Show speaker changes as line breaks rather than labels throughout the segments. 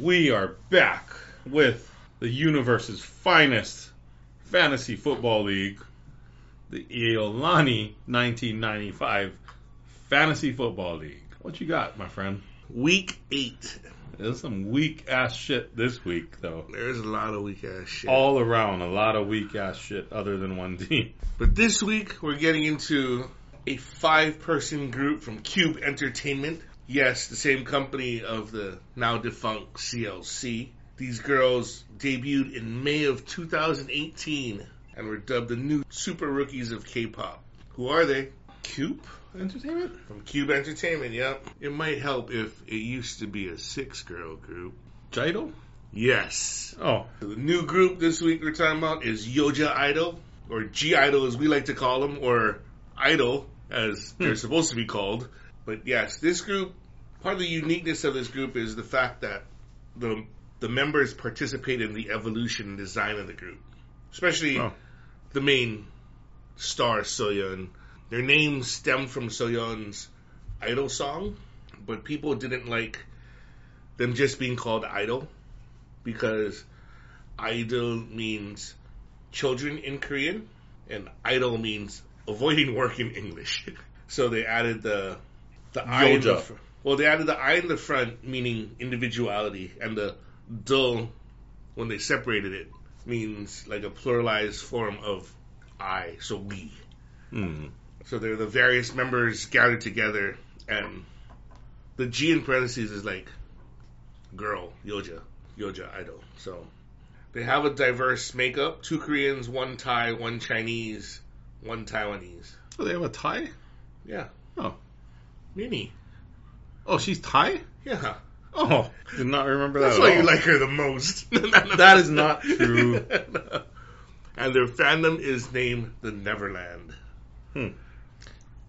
We are back with the universe's finest fantasy football league, the Iolani 1995 Fantasy Football League. What you got, my friend?
Week eight.
There's some weak ass shit this week, though.
There's a lot of weak ass shit.
All around, a lot of weak ass shit other than one team.
But this week we're getting into a five person group from Cube Entertainment. Yes, the same company of the now defunct CLC. These girls debuted in May of 2018 and were dubbed the new super rookies of K-pop. Who are they?
Cube Entertainment?
From Cube Entertainment, yep. It might help if it used to be a six girl group.
Jidal?
Yes.
Oh,
The new group this week we're talking about is Yoja Idol, or G Idol as we like to call them, or Idol as they're supposed to be called. But yes, this group, part of the uniqueness of this group is the fact that the the members participate in the evolution and design of the group, especially
Oh.
the main star Soyeon. Their names stem from Soyeon's Idol song, but people didn't like them just being called Idol because idol means children in Korean, and idol means avoiding work in English. So they added the the I in the
Yoja.
fr- well, they added the I in the front meaning individuality, and the dull when they separated it means like a pluralized form of I, so we.
hmm.
So they're the various members gathered together, and the G in parentheses is like girl, Yoja, Yoja idol. So they have a diverse makeup: two Koreans, one Thai, one Chinese, one Taiwanese.
Oh, they have a tie?
Yeah.
Oh.
Mini.
Oh, she's Thai?
Yeah.
Oh, did not remember that.
That's
at
why
all.
you like her the most.
That is not true.
And their fandom is named the Neverland. Yeah.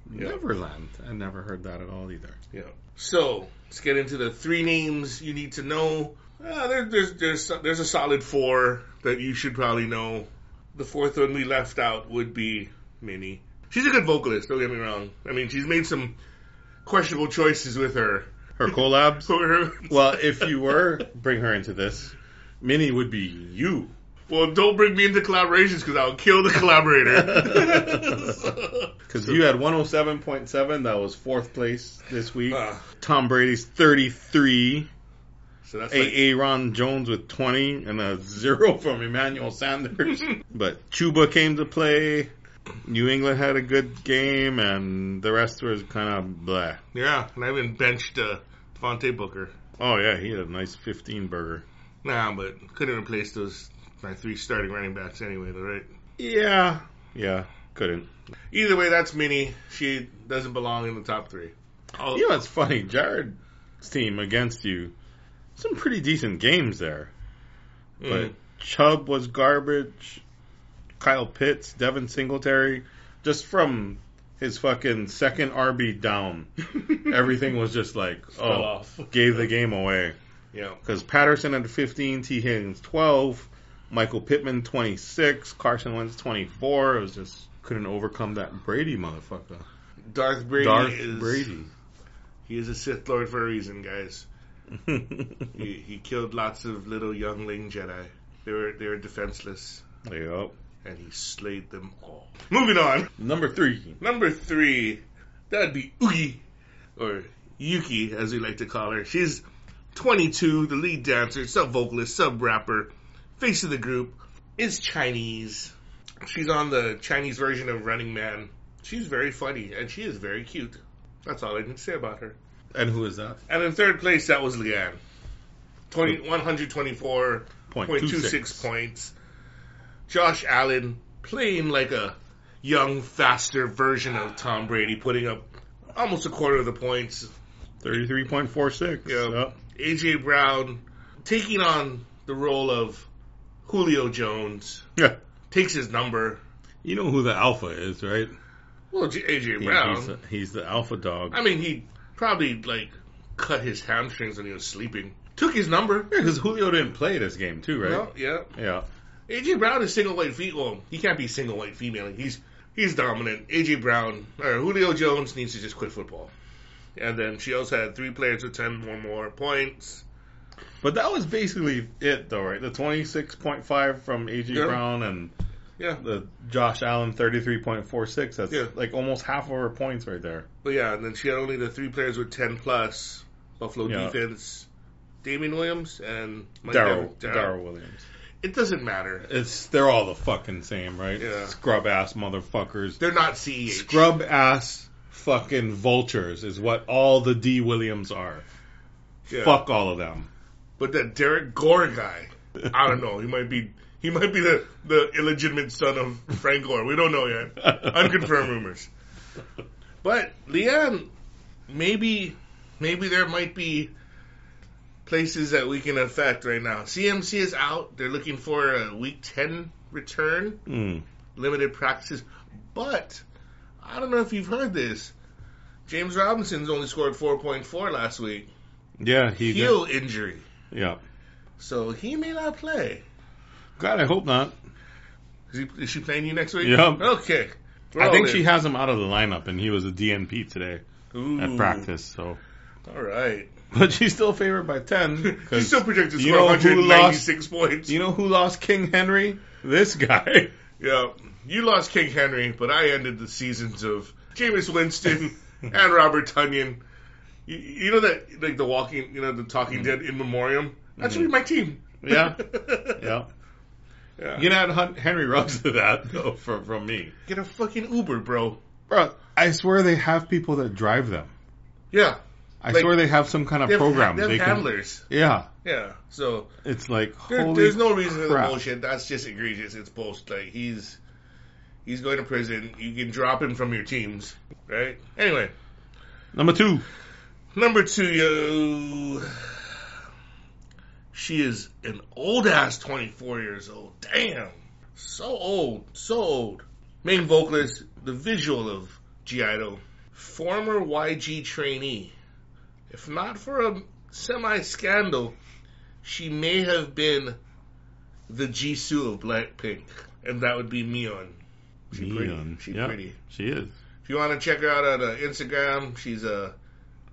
Neverland. I never heard that at all either.
Yeah. So let's get into the three names you need to know. Uh, there, there's there's there's a solid four that you should probably know. The fourth one we left out would be Minnie. She's a good vocalist. Don't get me wrong. I mean, she's made some questionable choices with her.
Her collabs.
So her-
well, if you were bring her into this, Minnie would be you.
well, don't bring me into collaborations because I'll kill the collaborator.
Because you had 107.7, that was fourth place this week.
Uh,
Tom Brady's 33,
so that's like,
A.A. Ron Jones with 20, and a zero from Emmanuel Sanders. but Chuba came to play. New England had a good game, and the rest was kind of bleh.
yeah, and I even benched uh, Devontae Booker.
Oh, yeah, he had a nice 15 burger.
Nah, but couldn't replace those my three starting running backs anyway, though, right?
Yeah. Yeah, couldn't.
Either way, that's Minnie. She doesn't belong in the top three. Oh,
You know, it's funny. Jared's team against you, some pretty decent games there.
mm.
But Chubb was garbage. Kyle Pitts, Devin Singletary, just from his fucking second RB down, everything was just like,
fell
oh,
off.
gave the game away.
Yeah,
Because Patterson had 15, T. Higgins 12, Michael Pittman 26, Carson Wentz 24. It was just couldn't overcome that Brady motherfucker.
Darth Brady
Darth
is
Brady.
he is a Sith Lord for a reason, guys. He, he killed lots of little youngling Jedi. They were they were defenseless,
yep.
and he slayed them all. Moving on,
Number three.
number three, that'd be Oogie, or Yuki as we like to call her. She's 22, the lead dancer, sub vocalist, sub rapper, face of the group, is Chinese. She's on the Chinese version of Running Man. She's very funny and she is very cute. That's all I can say about her.
And who is that?
And in third place, that was Leanne. 20, 124.26
Point two six.
points. Josh Allen playing like a young, faster version of Tom Brady, putting up almost a quarter of the points.
33.46.
Yeah.
Yep.
AJ Brown taking on the role of Julio Jones.
Yeah.
Takes his number.
You know who the alpha is, right?
Well, J- AJ
He-
Brown.
he's, the, he's the alpha dog.
I mean, he probably like cut his hamstrings when he was sleeping. Took his number.
Because Julio didn't play this game too, right?
No, yeah.
Yeah.
AJ Brown is single white feet. Well, he can't be single white female. He's he's dominant. AJ Brown or Julio Jones needs to just quit football. And then she also had three players with ten or more points.
But that was basically it, though, right? The 26.5 from A.G.
Yeah.
Brown and
Yeah,
the Josh Allen 33.46. That's
Yeah.
like almost half of her points right there.
but yeah, and then she had only the three players with ten plus. Buffalo
Yeah.
defense, Damian Williams and Mike
Daryl
Dav-
Daryl Williams.
It doesn't matter.
It's they're all the fucking same, right?
Yeah.
Scrub ass motherfuckers.
They're not E CEH.
Scrub ass fucking vultures is what all the D Williams are.
Yeah.
Fuck all of them.
But that Derek Gore guy, I don't know. He might be he might be the, the illegitimate son of Frank Gore. We don't know yet. Unconfirmed rumors. But Leanne, maybe maybe there might be places that we can affect right now. CMC is out. They're looking for a week ten return,
Mm.
limited practices. But I don't know if you've heard this. James Robinson's only scored four point four last week.
Yeah, he did.
Heel injury.
Yeah.
So he may not play.
God, I hope not.
Is, he, is she playing you next week?
Yep.
Okay.
I think she has him out of the lineup, and he was a DNP today
Ooh.
at practice. So,
All right.
but she's still favored by ten.
She
'cause
still projected
you
score
know who
196 points.
you know who lost King Henry? This guy.
yeah. You lost King Henry, but I ended the seasons of Jameis Winston and Robert Tunyon. You, you know that, like the walking, you know, the
Mm-hmm.
talking dead in memoriam? That should be my team.
Yeah. Mm-hmm. yeah.
Yeah.
You can add Hun- Henry Ruggs to that though, from from me,
Get a fucking Uber, bro.
bro. I swear they have people that drive them.
Yeah.
I
Like,
swear they have some kind of
They have,
program.
they have
they can,
handlers.
yeah,
Yeah. So
it's like
There-
holy.
there's no reason for the
crap.
bullshit. That's just egregious. It's bullshit. Like he's he's going to prison. You can drop him from your teams, right? Anyway,
Number two,
number two, yo, she is an old ass, twenty four years old. Damn, so old, so old. Main vocalist, the visual of G Idol, former YG trainee. If not for a semi scandal, she may have been the Jisoo of Blackpink, and that would be Mion. She pretty.
Neon.
She
Yeah,
pretty.
She is.
If you want to check her out on uh, Instagram, she's a uh,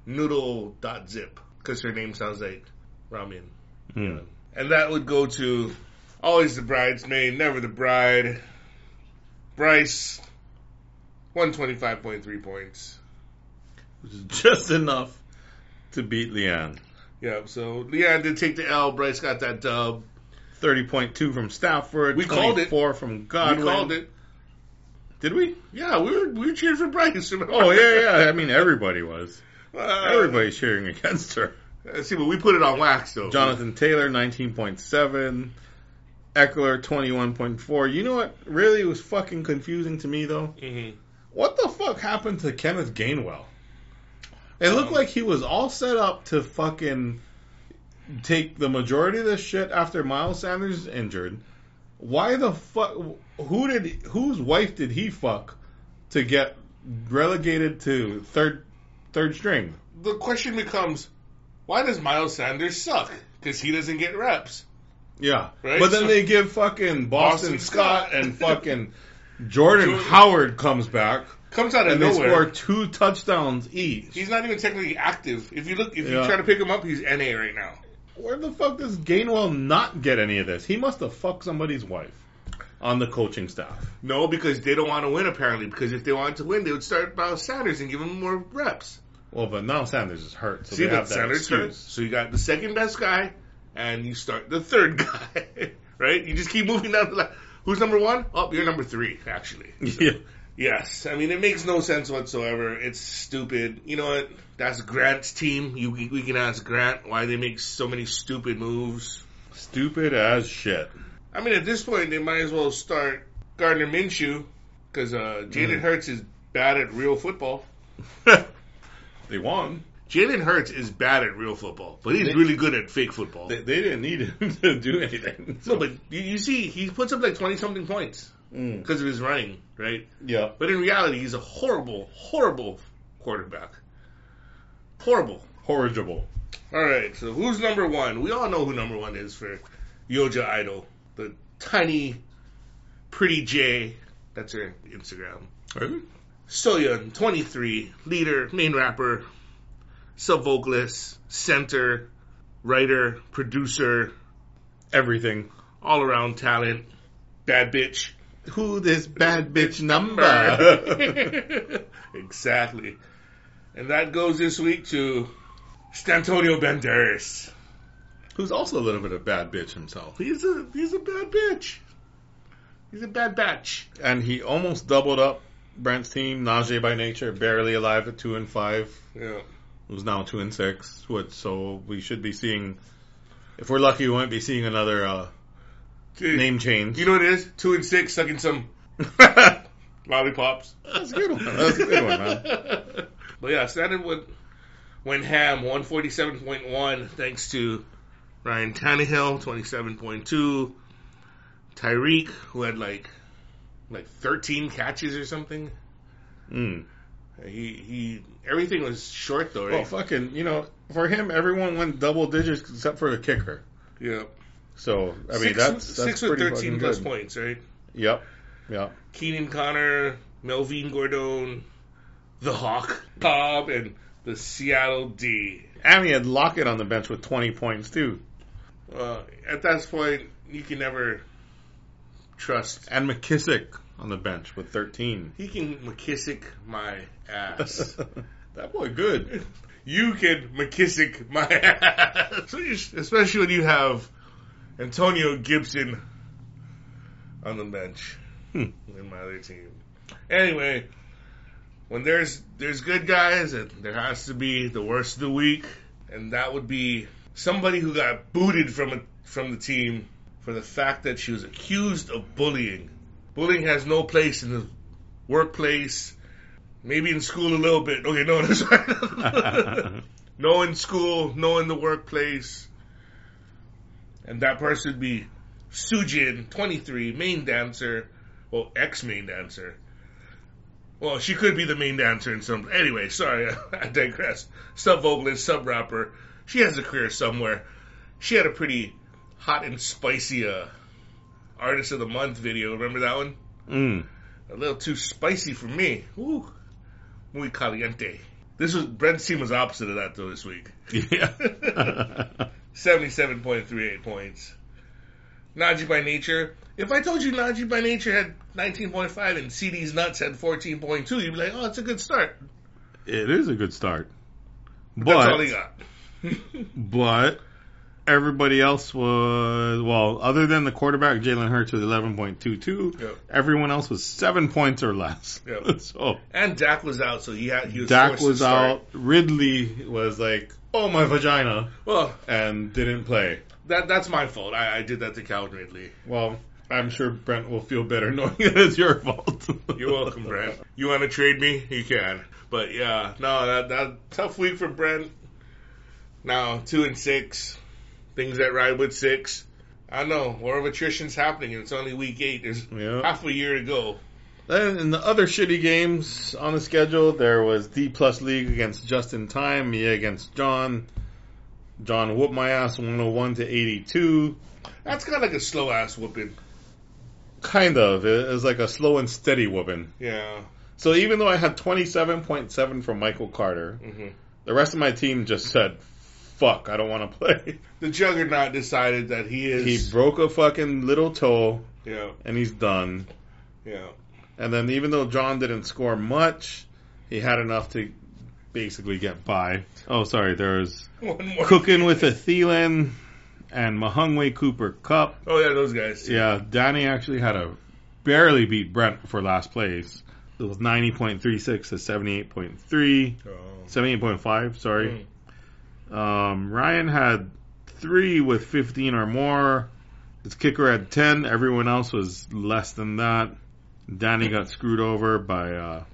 noodle.zip because her name sounds like ramen.
Mm.
And that would go to always the bridesmaid, never the bride. Bryce, 125.3 points.
Just enough to beat Leanne.
Yeah, so Leon did take the L. Bryce got that dub.
Thirty point two from Stafford.
We called it.
Four from
We
Godwin.
called it.
Did we?
Yeah, we were, we were cheering for Bryce. remember?
Oh yeah, yeah. I mean, everybody was.
Uh,
Everybody's cheering against her.
uh, See, but we put it on wax, though.
Jonathan Taylor, 19.7. Eckler, 21.4. You know what really was fucking confusing to me, though?
Mm-hmm.
What the fuck happened to Kenneth Gainwell? It looked
Um,
like he was all set up to fucking take the majority of this shit after Miles Sanders is injured. Why the fuck? Who did whose wife did he fuck to get relegated to third third string?
The question becomes why does Miles Sanders suck? Because he doesn't get reps.
Yeah.
Right?
But then
So-
they give fucking Boston,
Boston
Scott,
Scott.
and fucking Jordan,
Jordan-
Howard comes back
comes out of
and they
nowhere.
score two touchdowns each.
He's not even technically active. If you look, if you
Yeah.
try to pick him up, he's NA right now.
Where the fuck does Gainwell not get any of this? He must have fucked somebody's wife on the coaching staff.
No, because they don't want to win apparently. Because if they wanted to win, they would start Miles Sanders and give him more reps.
Well, but now Sanders is hurt, so
See,
they
but
have that
Sanders
excuse.
hurt. So you got the second best guy, and you start the third guy. right? You just keep moving down the line. Who's number one? Oh, you're number three, actually.
Yeah.
Yes, I mean it makes no sense whatsoever. It's stupid. You know what? That's Grant's team. You we can ask Grant why they make so many stupid moves.
Stupid as shit.
I mean, at this point, they might as well start Gardner Minshew because uh,
Mm.
Jalen Hurts is bad at real football.
They won.
Jalen Hurts is bad at real football, but he's
They-
really good at fake football.
They, they didn't need him to do anything.
no, but you, you see, he puts up like twenty something points
Mm.
because of his running, right?
Yeah.
But in reality, he's a horrible, horrible quarterback. Horrible.
Horrible.
All right, so who's number one? We all know who number one is for Yoja Idol, the tiny, pretty J. That's her Instagram. Soyeon, 23, leader, main rapper, sub vocalist, center, writer, producer,
Everything.
all around talent, bad bitch.
Who this bad bitch number?
exactly. And that goes this week to Stantonio Banderas.
Who's also a little bit of bad bitch himself.
He's a he's a bad bitch. He's a bad batch.
And he almost doubled up Brent's team. Najee by nature, barely alive at two and five.
Yeah.
was now two and six, which so we should be seeing. If we're lucky, we might be seeing another uh,
Dude,
name change.
You know what it is? Two and six sucking some
that's
lollipops.
a good one. That's a good one, man.
But yeah, Standard would went ham 147.1 thanks to Ryan Tannehill 27.2, Tyreek who had like like 13 catches or something.
Mm.
He he everything was short though,
Well,
right?
fucking, you know, for him, everyone went double digits except for the kicker.
yeah.
So I mean,
six,
that's, that's
six with
pretty
13
fucking
plus
good.
points, right?
Yep, yep.
Keenan Connor, Melvin Gordon, the Hawk, Cobb and the Seattle D.
And he had Lockett on the bench with twenty points too,
Uh, at that point, you can never trust.
and McKissick on the bench with thirteen.
He can McKissick my ass.
that boy good.
you can McKissick my ass. So you- Especially when you have Antonio Gibson on the bench
Hmm.
in my other team. Anyway, when there's there's good guys, and there has to be the worst of the week, and that would be somebody who got booted from a, from the team for the fact that she was accused of bullying. Bullying has no place in the workplace. Maybe in school a little bit. Okay, no, that's
Hmm.
right. no in school, no in the workplace. And that person would be Sujin, 23, main dancer. Well, ex main dancer. Well, she could be the main dancer in some. Anyway, sorry, I digress. Sub vocalist, sub rapper. She has a career somewhere. She had a pretty hot and spicy uh, artist of the month video. Remember that one?
Mm.
A little too spicy for me. Ooh, muy caliente. This was Brent's team was opposite of that though this week.
Yeah.
Seventy-seven point three eight points. Najee by nature. If I told you Najee by nature had nineteen point five and CD's nuts had fourteen point two, you'd be like, "Oh, it's a good start."
It is a good start. But
That's all he got.
but everybody else was well, other than the quarterback Jalen Hurts with eleven point two two,
Yep.
everyone else was seven points or less.
Yep.
so
and Dak was out, so he had he was
Dak
forced to
was
start.
out. Ridley was like, "Oh my vagina,"
Well,
and didn't play.
that that's my fault. I, I did that to Calvin Ridley.
Well, I'm sure Brent will feel better knowing that it's your fault.
You're welcome, Brent. You want to trade me? You can. But yeah, no, that that tough week for Brent. Now two and six, things that ride with six. I know war of attrition's happening, and it's only week eight. There's
Yeah.
half a year to go.
Then in the other shitty games on the schedule, there was D plus league against Justin Time, me against John. John whooped my ass 101 to 82.
That's kind of like a slow ass whooping.
Kind of. It was like a slow and steady whooping.
Yeah.
So even though I had 27.7 from Michael Carter,
hmm
the rest of my team just said, fuck, I don't want to play.
The juggernaut decided that he
He
is.
broke a fucking little toe
yeah.
and he's done.
Yeah.
And then even though John didn't score much, he had enough to basically get by. Oh, sorry, there's
One more.
Cooking with a Thielen and Mahungwe Cooper Cup.
Oh yeah, those guys.
Yeah, Danny actually had a barely beat Brent for last place. It was 90.36 to 78.3,
Oh.
78.5, sorry. Um, Ryan had three with 15 or more. His kicker had 10. Everyone else was less than that. Danny got screwed over by uh,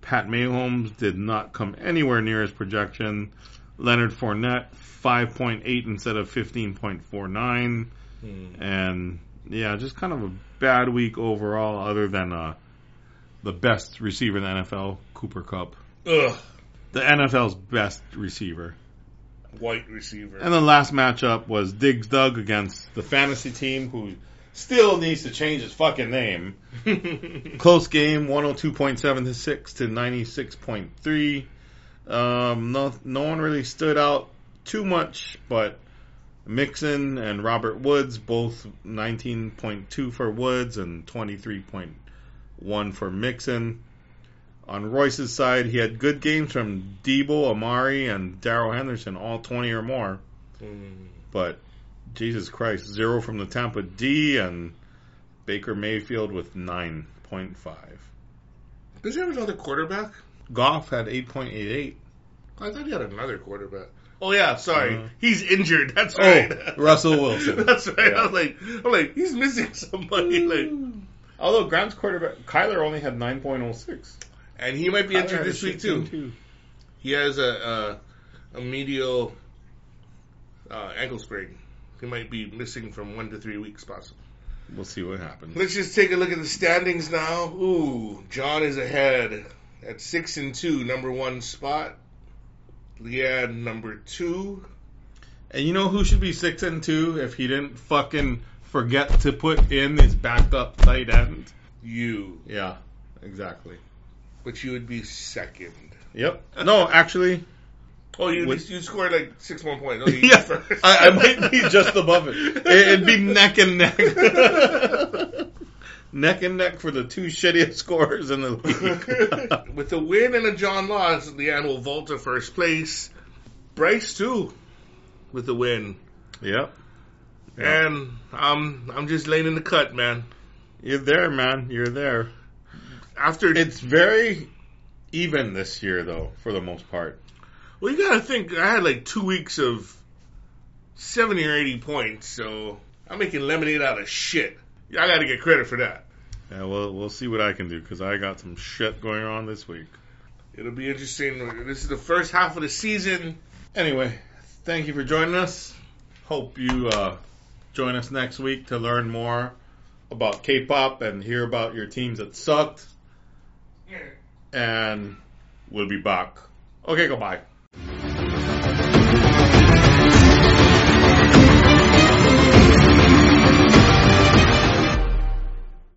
Pat Mayholmes, did not come anywhere near his projection. Leonard Fournette, 5.8 instead of 15.49
Hmm.
and yeah, just kind of a bad week overall, other than uh, the best receiver in the NFL, Cooper Cup,
Ugh.
the NFL's best receiver.
White receiver.
And the last matchup was Diggs Doug against the fantasy team, who still needs to change his fucking name.
Hmm.
Close game, 102.7 to 6 to 96.3. Um, no, no one really stood out too much, but Mixon and Robert Woods, both 19.2 for Woods and 23.1 for Mixon. On Royce's side, he had good games from Debo, Amari, and Daryl Henderson, all 20 or more.
Mm.
But Jesus Christ, zero from the Tampa D and Baker Mayfield with 9.5.
Does he have another quarterback?
Goff had 8.88.
I thought he had another quarterback. Oh yeah, sorry,
Uh-huh.
he's injured. That's
Oh,
right.
Russell Wilson.
That's right.
Yeah.
I'm like, I'm like, he's missing somebody. Like,
Although Graham's quarterback Kyler only had 9.06.
and he might be
Kyler had
injured
a
this week
shit game
too. He has a a, a medial uh, ankle sprain. He might be missing from one to three weeks, possible.
We'll see what happens.
Let's just take a look at the standings now. Ooh, John is ahead at six and two, number one spot. Leanne number two.
And you know who should be six and two if he didn't fucking forget to put in his backup tight end?
You,
Yeah, exactly.
but you would be second.
Yep. No, actually,
Oh, you
Would-
you scored like six more points. Okay, you
yeah,
first.
I, I might be just above it. it. It'd be neck and neck. neck and neck for the two shittiest scorers in the league.
With a win and a John loss, Leanne will vault to first place. Bryce too, with a win,
yep. Yeah.
and um, I'm just laying in the cut, man.
You're there, man. You're there.
After
It's very even this year, though, for the most part.
Well, you gotta think. I had like two weeks of seventy or eighty points, so I'm making lemonade out of shit. I gotta get credit for that.
Yeah, we'll we'll see what I can do because I got some shit going on this week.
It'll be interesting. This is the first half of the season.
Anyway, thank you for joining us. Hope you uh, join us next week to learn more about K-pop and hear about your teams that sucked. And we'll be back. Okay, goodbye.